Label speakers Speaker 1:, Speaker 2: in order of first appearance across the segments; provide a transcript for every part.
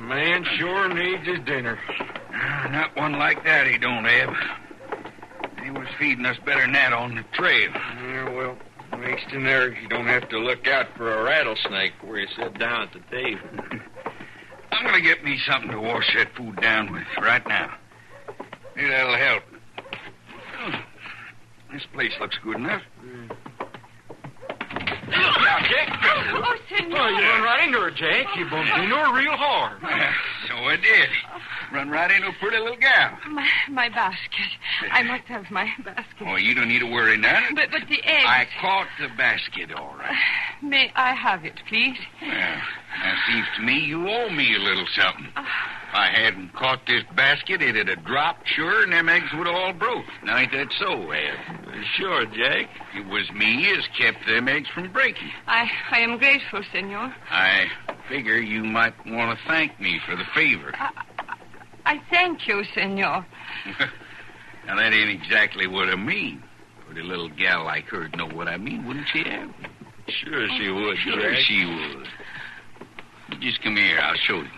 Speaker 1: Man sure needs his dinner.
Speaker 2: Ah, Not one like that he don't have. He was feeding us better than that on the trail.
Speaker 1: Yeah, well, next in there, you don't have to look out for a rattlesnake where you sit down at the table.
Speaker 2: I'm gonna get me something to wash that food down with right now. Maybe that'll help. Oh, This place looks good enough. Now, Jake.
Speaker 3: Oh, senor.
Speaker 1: right into her, Jake. You bumped into her real hard.
Speaker 2: Ah, So I did. Run right into a pretty little gal.
Speaker 3: My, my basket. I must have my basket.
Speaker 2: Oh, you don't need to worry now.
Speaker 3: But, but the eggs.
Speaker 2: I caught the basket all right.
Speaker 3: May I have it, please?
Speaker 2: Well, now Uh, seems to me you owe me a little something. If I hadn't caught this basket, it'd have dropped, sure, and them eggs would have all broke. Now, ain't that so, Ed? Sure, Jake. It was me as kept them eggs from breaking.
Speaker 3: I, I am grateful, senor.
Speaker 2: I figure you might want to thank me for the favor.
Speaker 3: I thank you, senor.
Speaker 2: now, that ain't exactly what I mean. But a little gal like her'd know what I mean, wouldn't she, Ed?
Speaker 1: Sure she would,
Speaker 2: Sure she would. You Just come here. I'll show you.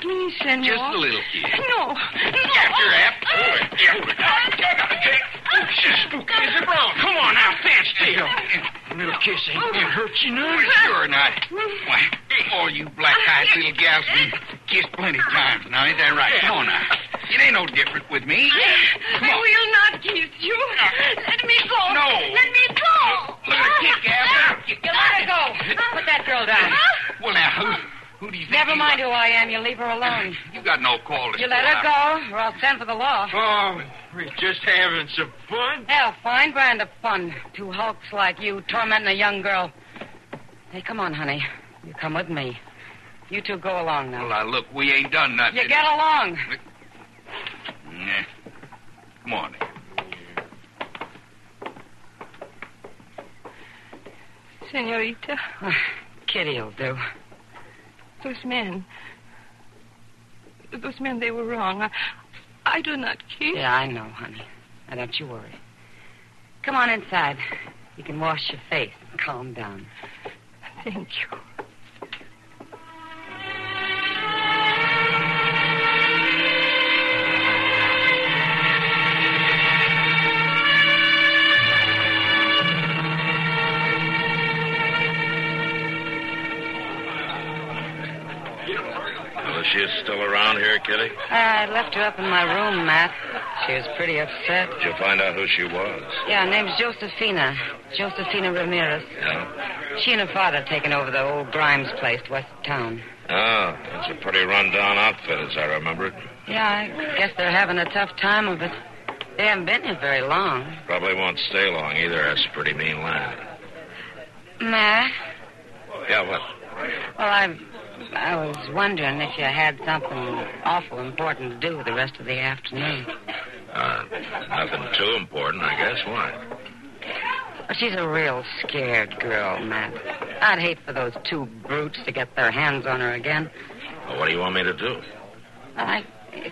Speaker 3: Please, senor.
Speaker 2: Just a little kid.
Speaker 3: No. no.
Speaker 2: After Ab. She's spooky as a brown. Come on now, fast, Dale. Little kiss ain't gonna hurt you, no? Sure not. Why, all you black-eyed little gals been kissed plenty times now, ain't that right? Come on now. It ain't no different with me. Come
Speaker 3: I
Speaker 2: on.
Speaker 3: will not kiss you. Let me go.
Speaker 2: No.
Speaker 3: Let me go.
Speaker 2: Look at her kick, Ab. Kick.
Speaker 4: You let her go. Put that girl down.
Speaker 2: Well, now, who, who do you think
Speaker 4: Never
Speaker 2: you
Speaker 4: mind who I am. You leave her alone.
Speaker 2: are? You got no call to
Speaker 4: You let her go, or I'll send for the law.
Speaker 1: Oh, we're just having some fun.
Speaker 4: Hell, fine brand of fun. Two hulks like you tormenting a young girl. Hey, come on, honey. You come with me. You two go along now.
Speaker 2: Well, now, look, we ain't done nothing.
Speaker 4: You get along.
Speaker 2: Nah. Come on, Ab.
Speaker 3: Senorita,
Speaker 4: Kitty'll do.
Speaker 3: those men. Those men, they were wrong. I, I do not kiss.
Speaker 4: Yeah, I know, honey. Now, don't you worry. Come on inside. You can wash your face and calm down.
Speaker 3: Thank you.
Speaker 5: Well, she's still around here, Kitty?
Speaker 4: I left her up in my room, Matt. She was pretty upset.
Speaker 5: Did you find out who she was?
Speaker 4: Yeah, her name's Josefina. Josefina Ramirez.
Speaker 5: Yeah.
Speaker 4: She and her father had taken over the old Grimes place west of town.
Speaker 5: Oh, it's a pretty rundown outfit, as I remember it.
Speaker 4: Yeah, I guess they're having a tough time of it. They haven't been here very long.
Speaker 5: Probably won't stay long either. That's a pretty mean lad.
Speaker 4: Matt?
Speaker 5: Yeah, what?
Speaker 4: Well, I, I was wondering if you had something awful important to do the rest of the afternoon.
Speaker 5: Uh, nothing too important, I guess. Why?
Speaker 4: She's a real scared girl, Matt. I'd hate for those two brutes to get their hands on her again.
Speaker 2: Well, what do you want me to do?
Speaker 4: I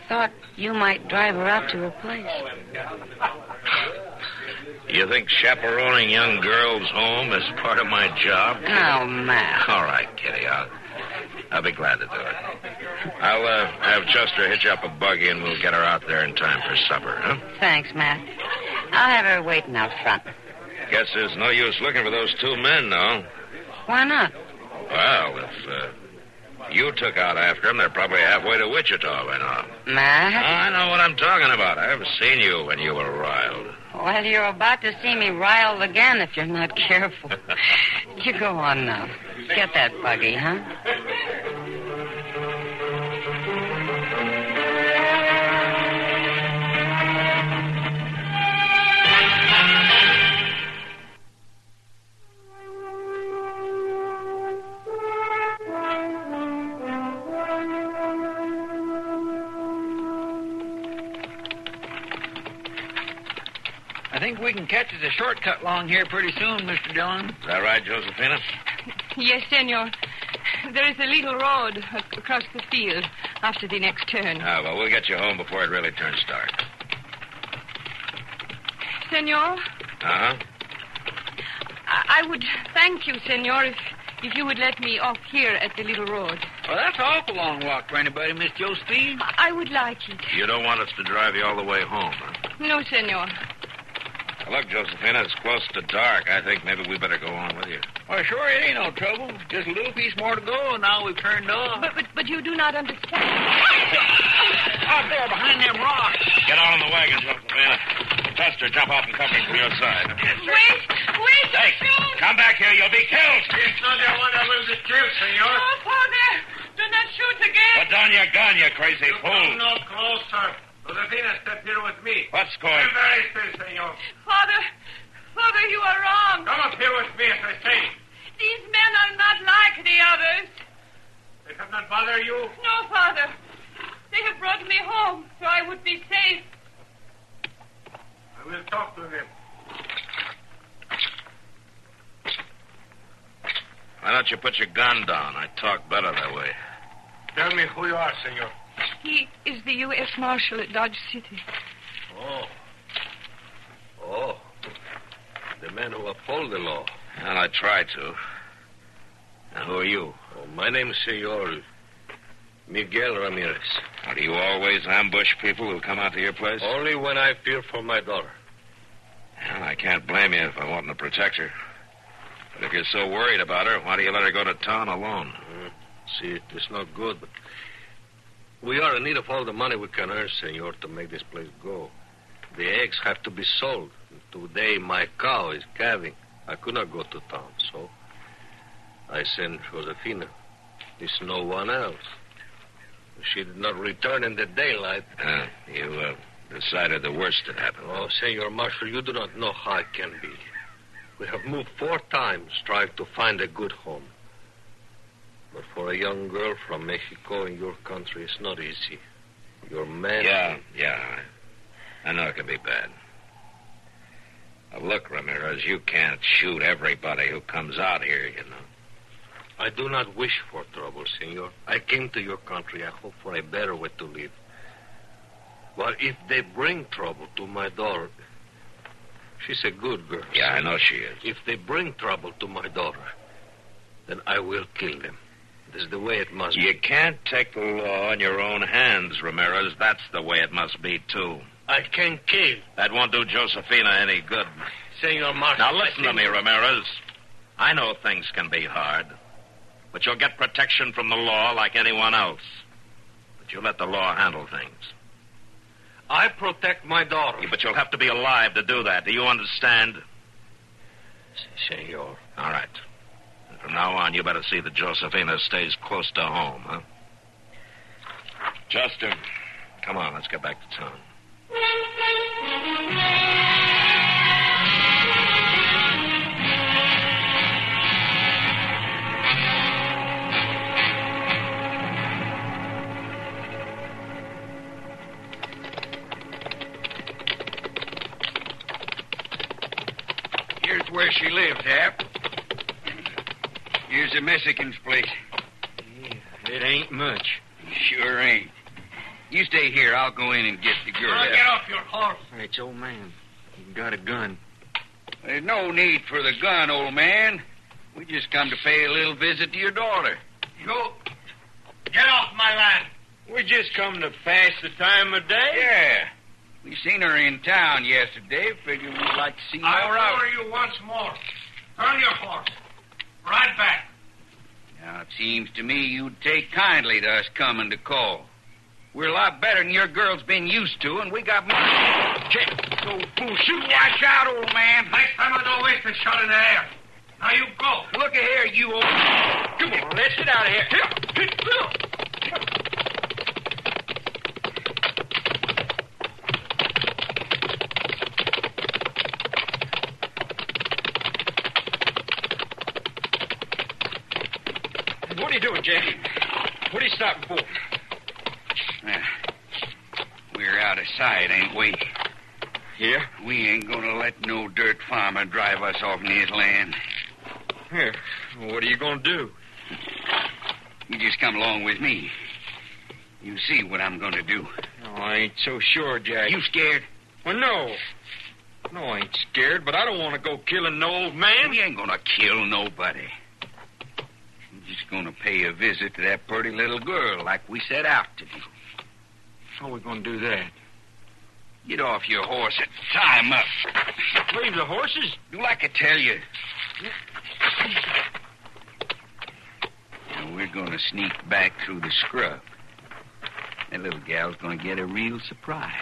Speaker 4: thought you might drive her out to her place.
Speaker 2: You think chaperoning young girls home is part of my job?
Speaker 4: Now, Matt.
Speaker 2: All right, Kitty. I'll, I'll be glad to do it. I'll uh, have Chester hitch up a buggy and we'll get her out there in time for supper, huh?
Speaker 4: Thanks, Matt. I'll have her waiting out front.
Speaker 2: Guess there's no use looking for those two men, though.
Speaker 4: Why not?
Speaker 2: Well, if uh, you took out after them, they're probably halfway to Wichita by now.
Speaker 5: Oh,
Speaker 4: Matt?
Speaker 2: I know what I'm talking about. I've seen you when you were riled.
Speaker 4: Well, you're about to see me riled again if you're not careful. you go on now. Get that buggy, huh?
Speaker 1: I think we can catch us a shortcut along here pretty soon, Mr. Dillon.
Speaker 2: Is that right, Josephina?
Speaker 3: Yes, senor. There is a little road ac- across the field after the next turn.
Speaker 2: Ah, well, we'll get you home before it really turns dark.
Speaker 3: Senor,
Speaker 2: Uh huh.
Speaker 3: I-, I would thank you, senor, if, if you would let me off here at the little road.
Speaker 1: Well, that's an awful long walk for anybody, Miss Josephine.
Speaker 3: I, I would like it.
Speaker 2: You don't want us to drive you all the way home, huh?
Speaker 3: No, senor.
Speaker 2: Look, Josephina, it's close to dark. I think maybe we better go on with you.
Speaker 1: Well, sure, it ain't no trouble. Just a little piece more to go, and now we've turned off.
Speaker 3: But, but, but you do not understand.
Speaker 1: Out there behind them rocks.
Speaker 2: Get out on the wagon, Josephina. Chester, jump off and cover me from your side.
Speaker 3: Wait, wait,
Speaker 2: Hey, come back here. You'll be killed.
Speaker 5: It's not that one that lives at Drew, senor.
Speaker 3: father, do not shoot again.
Speaker 2: Put down your gun, you crazy fool.
Speaker 5: no closer. Josefina, step here with me.
Speaker 2: What's going
Speaker 5: very still, senor.
Speaker 3: Father, father, you are wrong.
Speaker 5: Come up here with me, as I say.
Speaker 3: These men are not like the others.
Speaker 5: They have not bother you.
Speaker 3: No, father. They have brought me home so I would be safe.
Speaker 5: I will talk to them.
Speaker 2: Why don't you put your gun down? I talk better that way.
Speaker 5: Tell me who you are, senor.
Speaker 3: He is the U.S. Marshal at Dodge City.
Speaker 5: Oh. Oh. The men who uphold the law.
Speaker 2: Well, I try to. Now, who are you?
Speaker 5: Oh, my name is Senor Miguel Ramirez.
Speaker 2: Now, do you always ambush people who come out to your place?
Speaker 5: Only when I fear for my daughter.
Speaker 2: Well, I can't blame you if I want to protect her. But if you're so worried about her, why do you let her go to town alone?
Speaker 5: See, it's not good, but we are in need of all the money we can earn, senor, to make this place go. The eggs have to be sold. Today, my cow is calving. I could not go to town, so I sent Josefina. There's no one else. She did not return in the daylight.
Speaker 2: Uh, you uh, decided the worst had happened.
Speaker 5: Oh, Senor Marshal, you do not know how it can be. We have moved four times trying to find a good home. But for a young girl from Mexico in your country, it's not easy. Your man.
Speaker 2: Yeah, yeah. I I know it can be bad. Now, look, Ramirez, you can't shoot everybody who comes out here, you know.
Speaker 5: I do not wish for trouble, Senor. I came to your country. I hope for a better way to live. But if they bring trouble to my daughter, she's a good girl.
Speaker 2: Yeah, I know she is.
Speaker 5: If they bring trouble to my daughter, then I will kill them. That's the way it must be.
Speaker 2: You can't take the law in your own hands, Ramirez. That's the way it must be, too.
Speaker 5: I can kill.
Speaker 2: That won't do Josephina any good.
Speaker 5: Senor Marshal.
Speaker 2: Now, listen to me, Ramirez. I know things can be hard, but you'll get protection from the law like anyone else. But you let the law handle things.
Speaker 5: I protect my daughter.
Speaker 2: Yeah, But you'll have to be alive to do that. Do you understand?
Speaker 5: Senor.
Speaker 2: All right. And from now on, you better see that Josephina stays close to home, huh? Chester, come on, let's get back to town.
Speaker 1: Here's where
Speaker 5: she lived, Hap. Here's a Mexican's place. it ain't much. Sure ain't. You stay here. I'll go in and get the girl.
Speaker 2: Now,
Speaker 5: Hap.
Speaker 2: get off your horse.
Speaker 5: It's old man. He got a gun.
Speaker 2: There's no need for the gun, old man. We just come to pay a little visit to your daughter.
Speaker 6: You get off my land.
Speaker 5: We just come to pass the time of day. Yeah.
Speaker 2: We seen her in town yesterday. Figured we'd like to see her
Speaker 6: I
Speaker 2: out.
Speaker 6: order you once more. Turn your horse. Right back.
Speaker 2: Now, it seems to me you'd take kindly to us coming to call. We're a lot better than your girl's been used to, and we got more. Check. Go fool. Shoot. Watch out, old man.
Speaker 6: Next time I don't waste a shot in the air. Now you go.
Speaker 2: Look here, you old. Come on, let's get out of here.
Speaker 5: What are you doing, Jack? What are you stopping for?
Speaker 2: Yeah. We're out of sight, ain't we?
Speaker 5: Here.
Speaker 2: We ain't gonna let no dirt farmer drive us off in his land.
Speaker 5: Here. What are you going to do?
Speaker 2: You just come along with me. You see what I'm gonna do.
Speaker 5: Oh, I ain't so sure, Jack.
Speaker 2: You scared?
Speaker 5: Well, no. No, I ain't scared, but I don't want to go killing no old man.
Speaker 2: We ain't gonna kill nobody. I'm just gonna pay a visit to that pretty little girl like we set out to do.
Speaker 5: How are we going to do that?
Speaker 2: Get off your horse and tie him up.
Speaker 5: Leave the horses?
Speaker 2: Do like I tell you. Now we're gonna sneak back through the scrub. That little gal's gonna get a real surprise.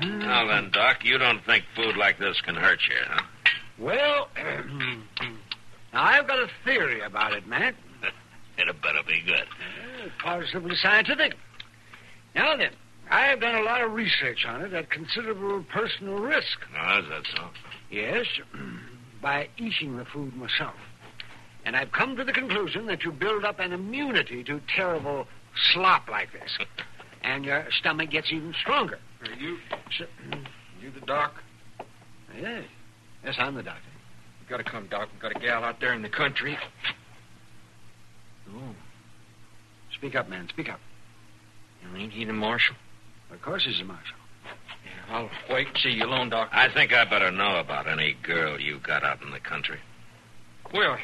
Speaker 7: Now then, Doc, you don't think food like this can hurt you, huh?
Speaker 8: Well, I've got a theory about it, Matt.
Speaker 7: It better be good.
Speaker 8: Possibly scientific. Now then, I've done a lot of research on it at considerable personal risk.
Speaker 7: Oh, is that so?
Speaker 8: Yes, by eating the food myself. And I've come to the conclusion that you build up an immunity to terrible slop like this. and your stomach gets even stronger.
Speaker 5: Are you,
Speaker 8: So-
Speaker 5: you the doc?
Speaker 8: yes. Yes, I'm the doctor.
Speaker 5: You gotta come, doc. We got a gal out there in the country. Oh,
Speaker 8: Speak up, man. Speak up.
Speaker 5: ain't he the marshal?
Speaker 8: Of course he's a marshal.
Speaker 5: Yeah, I'll wait and see you alone, doc.
Speaker 7: I think I better know about any girl you got out in the country.
Speaker 5: Well,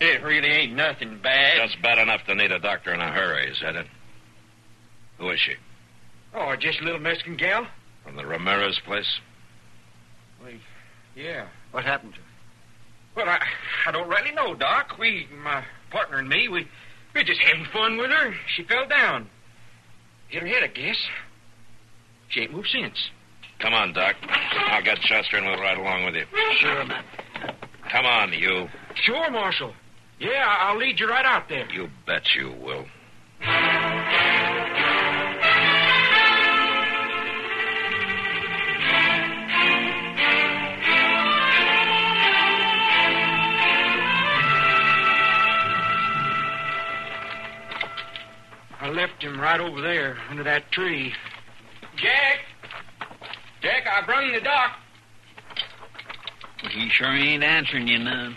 Speaker 5: it really ain't nothing bad.
Speaker 7: Just bad enough to need a doctor in a hurry, is that it? Who is she?
Speaker 5: Oh, just a little Mexican gal?
Speaker 7: From the Ramirez place?
Speaker 5: Yeah.
Speaker 8: What happened to him?
Speaker 5: Well, I, I don't rightly know, Doc. We, my partner and me, we, we were just having fun with her. She fell down. Hit her head, I guess. She ain't moved since.
Speaker 7: Come on, Doc. I'll get Chester and we'll ride along with you.
Speaker 8: Sure, man.
Speaker 7: Come on, you.
Speaker 5: Sure, Marshal. Yeah, I- I'll lead you right out there.
Speaker 7: You bet you will.
Speaker 5: I left him right over there under that tree. Jack! Jack, I brung the doc.
Speaker 2: Well, he sure ain't answering you none.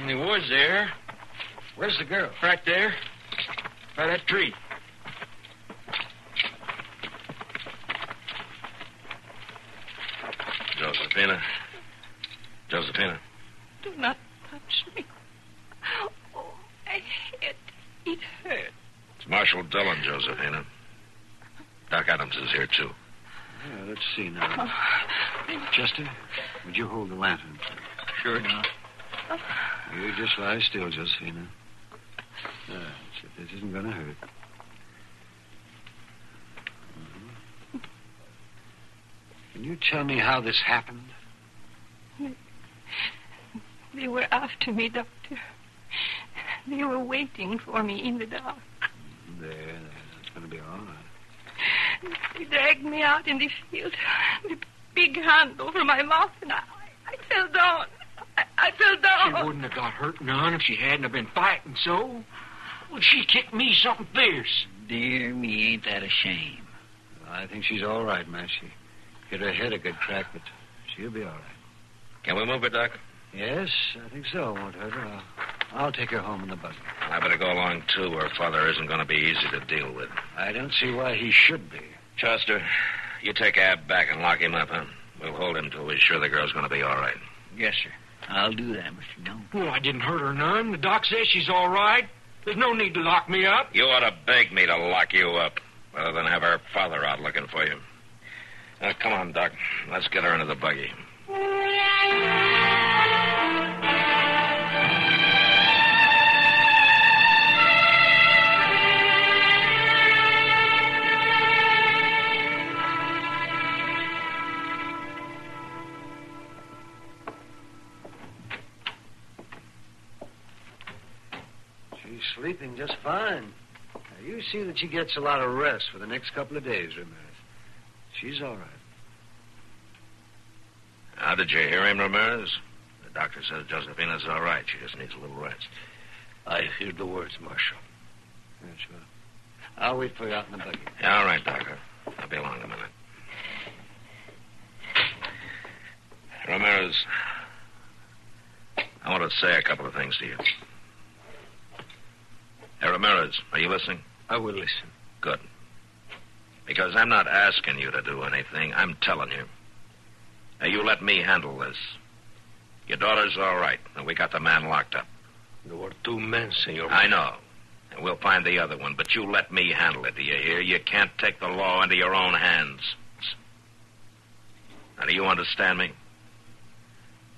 Speaker 5: And he was there.
Speaker 8: Where's the girl?
Speaker 5: Right there. By that tree.
Speaker 7: Josephina. Josephina.
Speaker 3: Do not touch me. Oh, my head. It hurts.
Speaker 7: It's Marshal Dillon, Josephina. Doc Adams is here, too.
Speaker 8: Yeah, let's see now. Chester, would you hold the lantern? Oh.
Speaker 2: Sure not.
Speaker 8: You just lie still, Josephina. That's it. This isn't going to hurt. Mhm. Can you tell me how this happened?
Speaker 3: They were after me, Doctor. They were waiting for me in the dark.
Speaker 8: There, there. That's going to be all right.
Speaker 3: They dragged me out in the field, the big handle from my mouth, and I, I fell down. I, I I fell down.
Speaker 9: She wouldn't have got hurt none if she hadn't have been fighting so. Well, she kicked me something fierce.
Speaker 10: Dear me, ain't that a shame.
Speaker 11: I think she's all right, man. She hit her head a good crack, but she'll be all right.
Speaker 5: Can we move her, Doc?
Speaker 11: Yes, I think so. Won't hurt her. I'll, I'll take her home in the buggy.
Speaker 5: I better go along, too. Her father isn't going to be easy to deal with.
Speaker 11: I don't see why he should be.
Speaker 5: Chester, you take Ab back and lock him up, huh? We'll hold him till we're sure the girl's going to be all right.
Speaker 10: Yes, sir. I'll do that, Mr. Dillon.
Speaker 9: Well, I didn't hurt her none. The doc says she's all right. There's no need to lock me up.
Speaker 5: You ought to beg me to lock you up, rather than have her father out looking for you. Now, come on, Doc. Let's get her into the buggy.
Speaker 11: She's sleeping just fine. Now, you see that she gets a lot of rest for the next couple of days, Ramirez. She's all right.
Speaker 5: How did you hear him, Ramirez? The doctor says Josephina's all right. She just needs a little rest.
Speaker 12: I heard the words, Marshal.
Speaker 11: Yeah, sure. I'll wait for you out in the buggy.
Speaker 5: Yeah, all right, Doctor. I'll be along in a minute. Ramirez, I want to say a couple of things to you. Hey, Ramirez, are you listening?
Speaker 12: I will listen.
Speaker 5: Good. Because I'm not asking you to do anything. I'm telling you. Now, you let me handle this. Your daughter's all right, and we got the man locked up.
Speaker 12: There were two men, senor.
Speaker 5: I know. And we'll find the other one, but you let me handle it, do you hear? You can't take the law into your own hands. Now, do you understand me?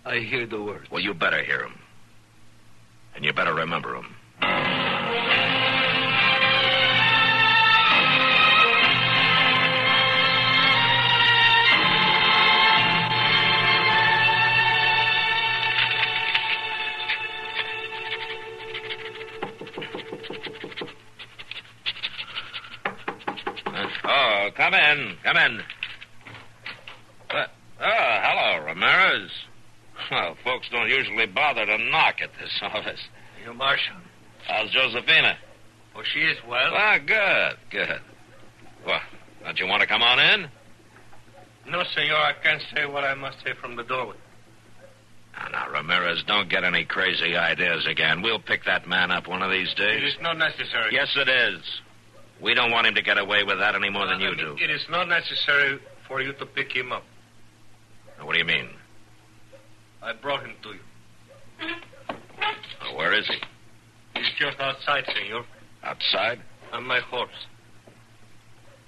Speaker 12: I hear the words.
Speaker 5: Well, you better hear 'em, And you better remember 'em. Oh, come in. Come in. Uh, oh, hello, Ramirez. Well, folks don't usually bother to knock at this office.
Speaker 12: You, Marshal.
Speaker 5: How's Josephina?
Speaker 12: Oh, she is well.
Speaker 5: Ah, good, good. Well, don't you want to come on in?
Speaker 12: No, senor. I can't say what I must say from the doorway.
Speaker 5: Now, now, Ramirez, don't get any crazy ideas again. We'll pick that man up one of these days.
Speaker 12: It is not necessary.
Speaker 5: Yes, it is. We don't want him to get away with that any more than you do.
Speaker 12: It is not necessary for you to pick him up.
Speaker 5: What do you mean?
Speaker 12: I brought him to you.
Speaker 5: Oh, where is he?
Speaker 12: He's just outside, senor.
Speaker 5: Outside?
Speaker 12: On my horse.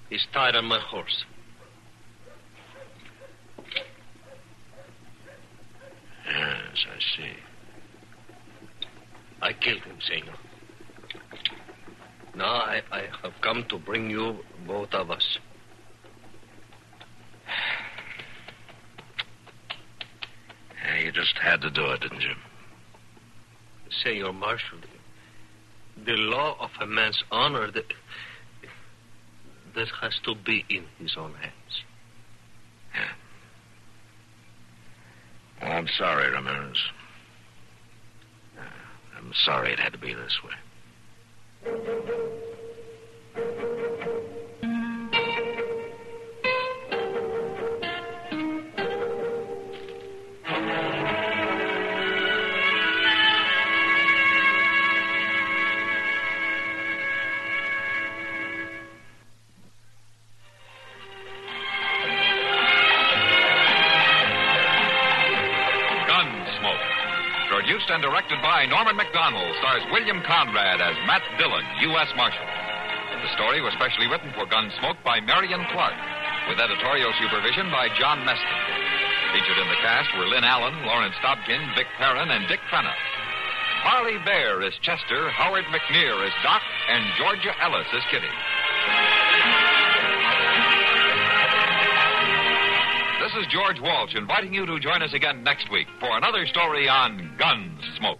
Speaker 12: He's tied on my horse.
Speaker 5: Yes, I see.
Speaker 12: I killed him, senor. Now I, I have come to bring you both of us.
Speaker 5: Yeah, you just had to do it, didn't you?
Speaker 12: Say, your marshal, the law of a man's honor that, that has to be in his own hands.
Speaker 5: Yeah. Well, I'm sorry, Ramirez. I'm sorry it had to be this way.
Speaker 13: Produced and directed by Norman McDonald, stars William Conrad as Matt Dillon, U.S. Marshal. The story was specially written for Gunsmoke by Marion Clark, with editorial supervision by John Meston. Featured in the cast were Lynn Allen, Lawrence Dobkin, Vic Perrin, and Dick Crenna. Harley Bear is Chester, Howard McNear is Doc, and Georgia Ellis is Kitty. This is George Walsh inviting you to join us again next week for another story on Gunsmoke.